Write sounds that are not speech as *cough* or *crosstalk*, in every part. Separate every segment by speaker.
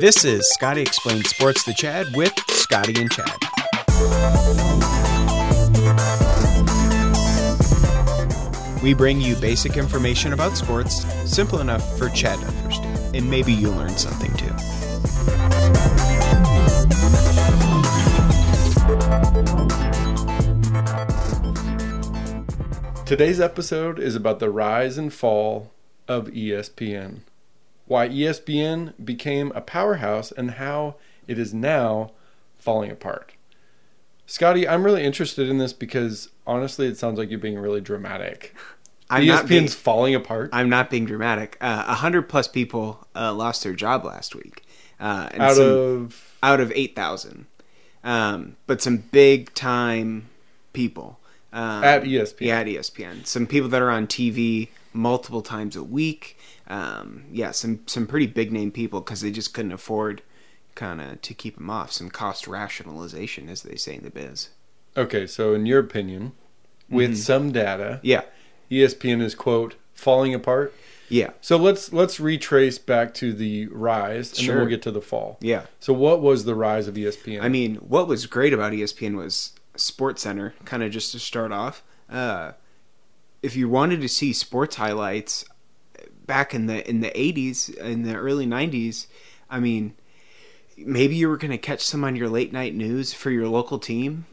Speaker 1: This is Scotty Explains Sports to Chad with Scotty and Chad. We bring you basic information about sports, simple enough for Chad to understand, and maybe you learn something too.
Speaker 2: Today's episode is about the rise and fall of E ESPN, why E ESPN became a powerhouse, and how it is now falling apart. Scotty, I'm really interested in this because honestly, it sounds like you're being really dramatic. E
Speaker 3: I'm
Speaker 2: ESPN's
Speaker 3: not being,
Speaker 2: falling apart
Speaker 3: I'm not being dramatic. Uh, A hundred plus people uh, lost their job last week. Uh, and
Speaker 2: out
Speaker 3: some-
Speaker 2: of
Speaker 3: out of eight thousand, um, but some big time people um,
Speaker 2: At E ESPN.
Speaker 3: Yeah, at ESPN. Some people that are on TV multiple times a week. Um, yeah, some some pretty big name people because they just couldn't afford kind of to keep them off. Some cost rationalization, as they say in the biz.
Speaker 2: okay. So, in your opinion, with some data,
Speaker 3: Mm-hmm.
Speaker 2: E
Speaker 3: Yeah,
Speaker 2: ESPN is quote falling apart.
Speaker 3: yeah,
Speaker 2: So let's let's retrace back to the rise, and
Speaker 3: Sure.
Speaker 2: then we'll get to the fall.
Speaker 3: yeah.
Speaker 2: So, what was the rise of E ESPN?
Speaker 3: I mean, what was great about E ESPN was Sports Center, kind of just to start off. Uh, if you wanted to see sports highlights back in the in the 80s, in the early 90s, I mean, maybe you were going to catch some on your late night news for your local team,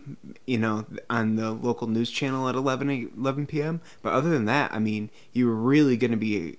Speaker 3: you know, on the local news channel at 11, a- 11 p.m. But other than that, I mean, you were really going to be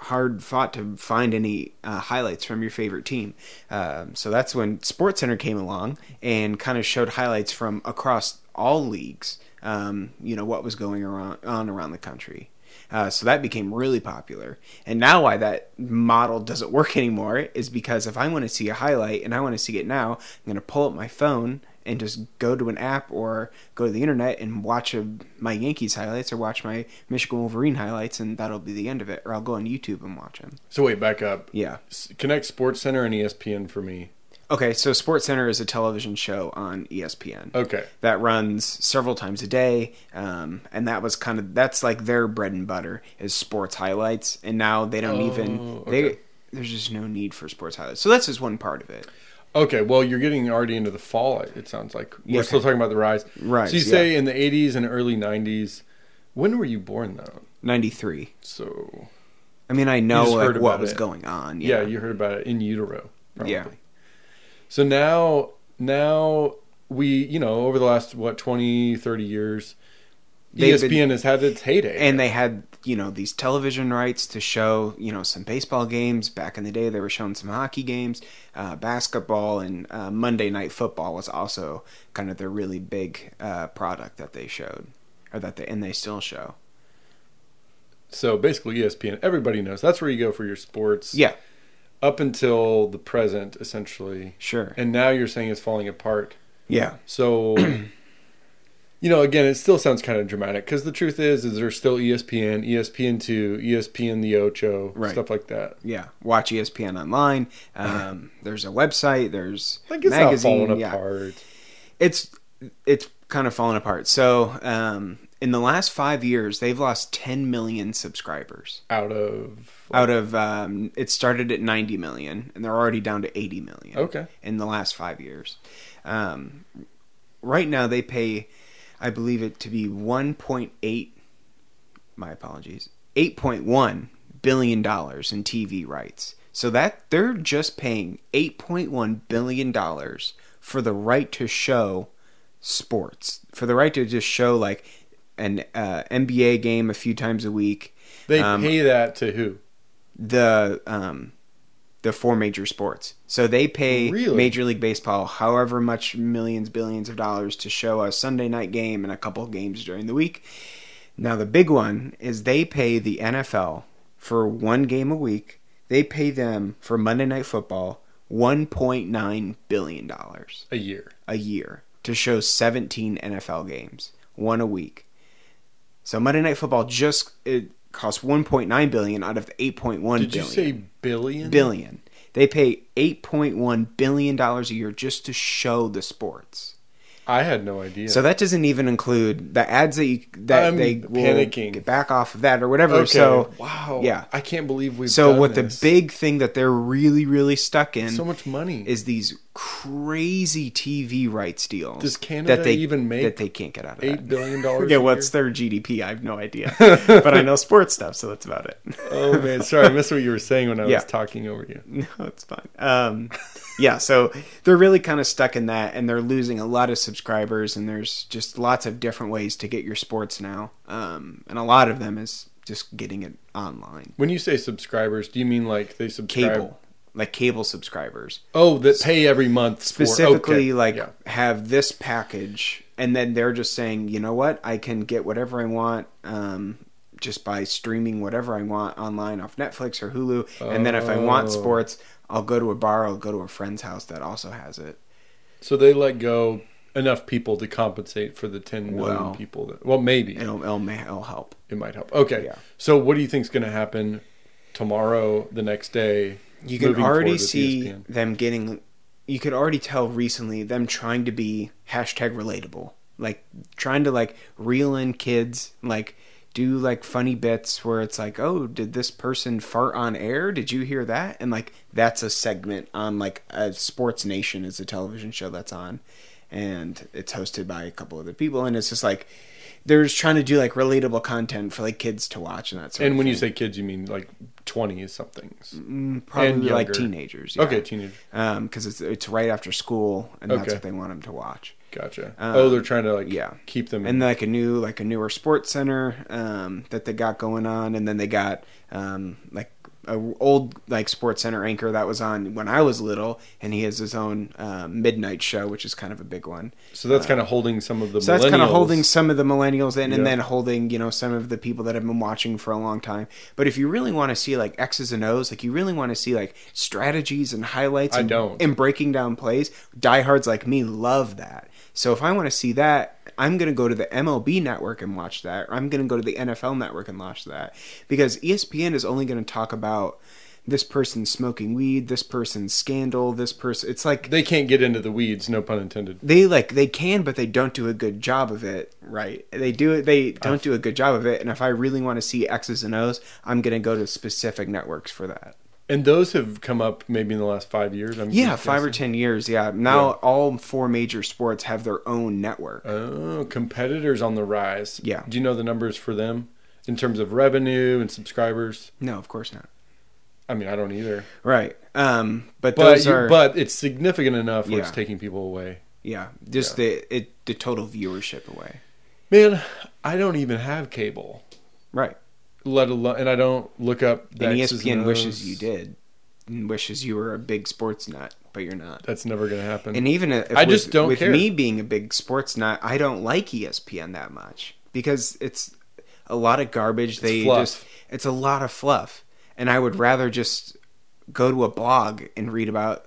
Speaker 3: hard fought to find any uh, highlights from your favorite team. Um, so that's when SportsCenter came along and kind of showed highlights from across all leagues. Um, you know what was going around, on around the country. Uh, so that became really popular. And now why that model doesn't *laughs* work anymore is because if I want to see a highlight and I want to see it now, I'm going to pull up my phone and just go to an app or go to the internet and watch a, my Yankees highlights or watch my Michigan Wolverine highlights, and that'll be the end of it. Or I'll go on YouTube and watch them.
Speaker 2: so wait, back up.
Speaker 3: Yeah.
Speaker 2: S- Connect Sports Center and E ESPN for me.
Speaker 3: Okay, so Sports Center is a television show on E ESPN.
Speaker 2: Okay.
Speaker 3: that runs several times a day um, and that was kind of that's like their bread and butter is sports highlights and now they don't even
Speaker 2: Oh,
Speaker 3: they
Speaker 2: okay.
Speaker 3: there's just no need for sports highlights so that's just one part of it
Speaker 2: Okay. Well, you're getting already into the fall. It sounds like we're
Speaker 3: Yeah.
Speaker 2: still talking about the rise.
Speaker 3: Rise,
Speaker 2: So you say in the 80s and early 90s. When were you born though?
Speaker 3: 93
Speaker 2: So
Speaker 3: i mean i know
Speaker 2: just
Speaker 3: like,
Speaker 2: heard
Speaker 3: what
Speaker 2: about
Speaker 3: was
Speaker 2: it.
Speaker 3: going on
Speaker 2: yeah,
Speaker 3: yeah
Speaker 2: you heard about it in utero. Probably.
Speaker 3: Yeah.
Speaker 2: So now, now we, you know, over the last what 20, 30 years, E
Speaker 3: They've
Speaker 2: ESPN has had its heyday.
Speaker 3: and they had you know these television rights to show you know some baseball games back in the day they were showing some hockey games uh, basketball and uh, monday night football was also kind of their really big uh, product that they showed or that they and they still show
Speaker 2: so basically, E ESPN. Everybody knows that's where you go for your sports.
Speaker 3: yeah
Speaker 2: Up until the present, essentially.
Speaker 3: sure
Speaker 2: And now you're saying it's falling apart.
Speaker 3: yeah
Speaker 2: So, *clears throat* you know, again, it still sounds kind of dramatic because the truth is, is there's still E ESPN, ESPN two, E ESPN the Ocho,
Speaker 3: Right.
Speaker 2: stuff like that.
Speaker 3: yeah watch E espn online
Speaker 2: *laughs*
Speaker 3: um, there's a website there's
Speaker 2: Like it's not
Speaker 3: magazine
Speaker 2: falling
Speaker 3: yeah.
Speaker 2: apart.
Speaker 3: it's it's kind of fallen apart so um, in the last five years they've lost 10 million subscribers
Speaker 2: out of
Speaker 3: out of um, it started at 90 million and they're already down to 80 million
Speaker 2: Okay.
Speaker 3: in the last five years um, right now they pay i believe it to be 1.8 my apologies 8.1 billion dollars in tv rights so that they're just paying 8.1 billion dollars for the right to show sports for the right to just show like an uh, nba game a few times a week
Speaker 2: they
Speaker 3: um,
Speaker 2: pay that to who?
Speaker 3: the um the four major sports. So they pay
Speaker 2: Really?
Speaker 3: Major League Baseball however much millions billions of dollars to show a Sunday night game and a couple games during the week. Now the big one is they pay the NFL for one game a week. They pay them for Monday Night Football 1.9 billion dollars
Speaker 2: A year.
Speaker 3: a year to show 17 NFL games, one a week. So Monday Night Football just it costs 1.9 billion out of the 8.1 billion.
Speaker 2: Did you say billion?
Speaker 3: billion? They pay 8.1 billion dollars a year just to show the sports.
Speaker 2: I had no idea.
Speaker 3: So that doesn't even include the ads that you, that
Speaker 2: I'm
Speaker 3: they will
Speaker 2: panicking.
Speaker 3: get back off of that or whatever. So
Speaker 2: wow,
Speaker 3: yeah.
Speaker 2: I can't believe we've
Speaker 3: so
Speaker 2: done
Speaker 3: what
Speaker 2: this.
Speaker 3: the big thing that they're really really stuck in
Speaker 2: so much money
Speaker 3: is these crazy TV rights deals.
Speaker 2: Does Canada even make
Speaker 3: that they can't get out of
Speaker 2: eight
Speaker 3: that.
Speaker 2: billion dollars.
Speaker 3: Okay,
Speaker 2: a
Speaker 3: what's
Speaker 2: year?
Speaker 3: their GDP? I have no
Speaker 2: *laughs*
Speaker 3: idea, but I know sports stuff, so that's about it.
Speaker 2: Oh man, sorry, I missed what you were saying when I
Speaker 3: Yeah.
Speaker 2: was talking over you.
Speaker 3: *laughs* No, it's fine. Um, yeah, so they're really kind of stuck in that, and they're losing a lot of subscribers, and there's just lots of different ways to get your sports now, um, and a lot of them is just getting it online,
Speaker 2: When you say subscribers, do you mean like they subscribe?
Speaker 3: cable, like cable subscribers,
Speaker 2: Oh, that pay every month for- okay,
Speaker 3: specifically like
Speaker 2: yeah.
Speaker 3: have this package, and then they're just saying, you know what, I can get whatever I want. Um, just by streaming whatever I want online off Netflix or Hulu, and then if I want
Speaker 2: Oh.
Speaker 3: sports, I'll go to a bar, I'll go to a friend's house that also has it.
Speaker 2: So they let go enough people to compensate for the 10 million
Speaker 3: Well.
Speaker 2: people. That, well, maybe
Speaker 3: it'll, it'll, ma- it'll help.
Speaker 2: it might help. Okay.
Speaker 3: Yeah.
Speaker 2: So what do you think's going to happen tomorrow, the next day?
Speaker 3: You can
Speaker 2: moving forward
Speaker 3: already
Speaker 2: with E
Speaker 3: see
Speaker 2: ESPN?
Speaker 3: them getting. You could already tell recently them trying to be hashtag relatable, like trying to like reel in kids, like do like funny bits where it's like, oh, did this person fart on air? Did you hear that? And like that's a segment on like a Sports Nation is a television show that's on, and it's hosted by a couple other people, and it's just like they're just trying to do like relatable content for like kids to watch and that sort.
Speaker 2: And
Speaker 3: of
Speaker 2: when you
Speaker 3: thing.
Speaker 2: say kids, you mean like 20 somethings.
Speaker 3: Mm, probably like
Speaker 2: younger.
Speaker 3: teenagers.
Speaker 2: Okay, teenage.
Speaker 3: because um, it's it's right after school, and that's
Speaker 2: Okay.
Speaker 3: what they want them to watch.
Speaker 2: Gotcha.
Speaker 3: Um,
Speaker 2: oh, they're trying to like
Speaker 3: yeah.
Speaker 2: keep them in.
Speaker 3: And like a new like a newer sports center um, that they got going on, and then they got um, like a old like sports center anchor that was on when I was little, and he has his own um, midnight show, which is kind of a big one.
Speaker 2: so that's kind of holding some of the
Speaker 3: uh, So that's kind of
Speaker 2: millennials.
Speaker 3: holding some of the millennials in,
Speaker 2: Yeah.
Speaker 3: and then holding you know some of the people that have been watching for a long time. But if you really want to see like X's and O's, like you really want to see like strategies and highlights,
Speaker 2: I
Speaker 3: and,
Speaker 2: don't.
Speaker 3: and breaking down plays, diehards like me love that. So if I want to see that, I'm gonna go to the MLB network and watch that, or I'm gonna go to the NFL network and watch that, because E ESPN is only gonna talk about this person smoking weed, this person's scandal, this person. It's like
Speaker 2: They can't get into the weeds, no pun intended.
Speaker 3: they like they can but they don't do a good job of it right they do it they don't do a good job of it and if i really want to see x's and o's i'm going to go to specific networks for that
Speaker 2: And those have come up maybe in the last five years. I'm
Speaker 3: yeah five or
Speaker 2: guessing.
Speaker 3: ten years yeah now all four major sports have their own network
Speaker 2: Oh, competitors on the rise.
Speaker 3: Yeah.
Speaker 2: Do you know the numbers for them in terms of revenue and subscribers?
Speaker 3: no of course not
Speaker 2: I mean, I don't either.
Speaker 3: right um but,
Speaker 2: But
Speaker 3: those
Speaker 2: you-
Speaker 3: are
Speaker 2: but it's significant enough where it's
Speaker 3: Yeah.
Speaker 2: taking people away.
Speaker 3: yeah just the it the total viewership away
Speaker 2: Man, I don't even have cable.
Speaker 3: right
Speaker 2: Let alone, and I don't look up. the
Speaker 3: and E
Speaker 2: X's
Speaker 3: espn
Speaker 2: and
Speaker 3: wishes
Speaker 2: O's.
Speaker 3: you did and wishes you were a big sports nut but you're not
Speaker 2: That's never going to happen.
Speaker 3: And even if
Speaker 2: I just
Speaker 3: with,
Speaker 2: don't
Speaker 3: with
Speaker 2: care.
Speaker 3: me being a big sports nut, I don't like E ESPN that much because it's a lot of garbage. They
Speaker 2: fluff.
Speaker 3: just it's a lot of fluff, and I would rather just go to a blog and read about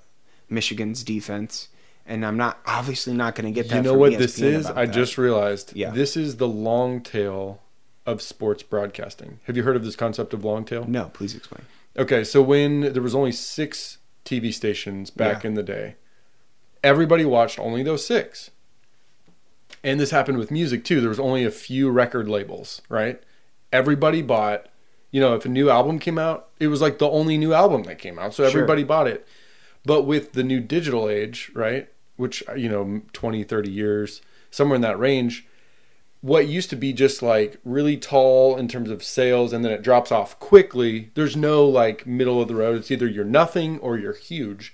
Speaker 3: Michigan's defense. And I'm not obviously not going to get that.
Speaker 2: you know
Speaker 3: from E
Speaker 2: what
Speaker 3: ESPN
Speaker 2: this is?
Speaker 3: about
Speaker 2: I
Speaker 3: that.
Speaker 2: just realized.
Speaker 3: Yeah.
Speaker 2: This is the long tail of sports broadcasting. Have you heard of this concept of long tail?
Speaker 3: no. Please explain.
Speaker 2: Okay, so when there was only six TV stations back
Speaker 3: Yeah.
Speaker 2: in the day, everybody watched only those six. And this happened with music too. There was only a few record labels, right? Everybody bought, you know, if a new album came out, it was like the only new album that came out, so
Speaker 3: Sure.
Speaker 2: everybody bought it. But with the new digital age, right, which uh, you know, 20, 30 years, somewhere in that range, what used to be just like really tall in terms of sales and then it drops off quickly. There's no like middle of the road. It's either you're nothing or you're huge.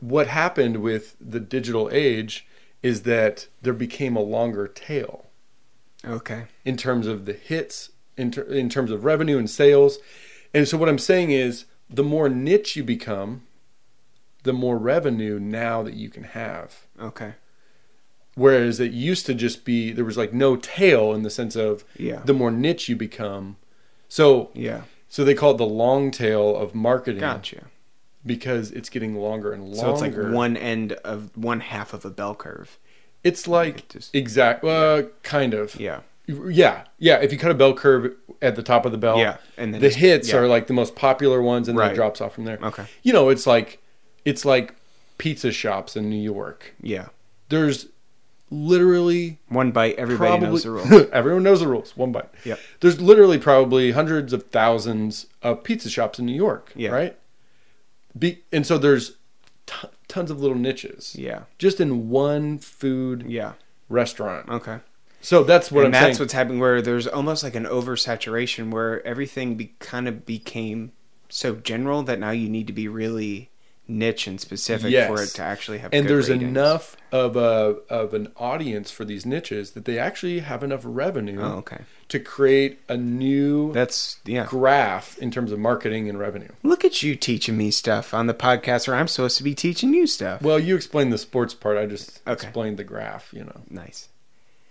Speaker 2: What happened with the digital age is that there became a longer tail
Speaker 3: Okay.
Speaker 2: in terms of the hits, in, ter- in terms of revenue and sales. And so, what I'm saying is, the more niche you become, the more revenue now that you can have.
Speaker 3: Okay.
Speaker 2: Whereas it used to just be there was like no tail in the sense of
Speaker 3: Yeah.
Speaker 2: the more niche you become. So
Speaker 3: Yeah.
Speaker 2: so they call it the long tail of marketing
Speaker 3: Gotcha.
Speaker 2: because it's getting longer and longer.
Speaker 3: So it's like one end of one half of a bell curve.
Speaker 2: It's like
Speaker 3: It just-
Speaker 2: exact uh, kind of
Speaker 3: Yeah.
Speaker 2: yeah yeah. If you cut a bell curve at the top of the bell,
Speaker 3: Yeah, and then
Speaker 2: the
Speaker 3: just-
Speaker 2: hits
Speaker 3: yeah.
Speaker 2: are like the most popular ones, and then
Speaker 3: Right.
Speaker 2: it drops off from there.
Speaker 3: Okay.
Speaker 2: you know it's like it's like pizza shops in New York.
Speaker 3: Yeah.
Speaker 2: there's literally
Speaker 3: One bite, everybody
Speaker 2: probably
Speaker 3: knows the
Speaker 2: *laughs*
Speaker 3: rule.
Speaker 2: everyone knows the rules. One bite.
Speaker 3: Yep.
Speaker 2: There's literally probably hundreds of thousands of pizza shops in New York.
Speaker 3: Yeah.
Speaker 2: Right. Be, and so there's t- tons of little niches
Speaker 3: yeah,
Speaker 2: just in one food
Speaker 3: yeah,
Speaker 2: restaurant.
Speaker 3: okay.
Speaker 2: So that's
Speaker 3: and
Speaker 2: what I'm
Speaker 3: that's
Speaker 2: saying.
Speaker 3: what's happening where there's almost like an oversaturation where everything be, kind of became so general that now you need to be really niche and specific for it
Speaker 2: Yes.
Speaker 3: to actually have.
Speaker 2: and
Speaker 3: good
Speaker 2: there's
Speaker 3: ratings.
Speaker 2: enough of a of an audience for these niches that they actually have enough revenue
Speaker 3: Oh, okay.
Speaker 2: to create a new
Speaker 3: That's yeah.
Speaker 2: graph in terms of marketing and revenue.
Speaker 3: Look at you teaching me stuff on the podcast where I'm supposed to be teaching you stuff.
Speaker 2: Well, you explained the sports part. I just
Speaker 3: Okay.
Speaker 2: explained the graph. You know,
Speaker 3: Nice.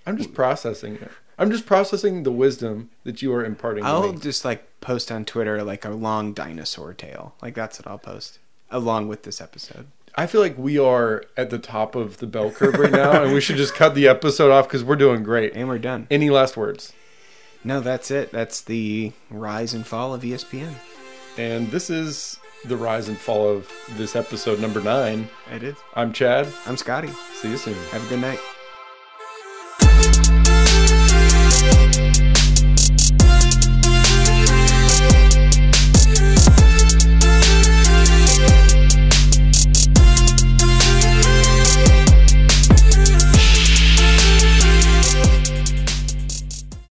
Speaker 2: I'm just processing it. I'm just processing the wisdom that you are imparting.
Speaker 3: I'll
Speaker 2: to me.
Speaker 3: just like post on Twitter like a long dinosaur tale. Like that's what I'll post along with this episode.
Speaker 2: I feel like we are at the top of the bell curve right now, and we should just cut the episode off because we're doing great.
Speaker 3: And we're done.
Speaker 2: Any last words?
Speaker 3: No, that's it. That's the rise and fall of E ESPN.
Speaker 2: And this is the rise and fall of this episode number nine.
Speaker 3: It is.
Speaker 2: I'm Chad.
Speaker 3: I'm Scotty.
Speaker 2: See you soon.
Speaker 3: Have a good night.
Speaker 4: Thank you.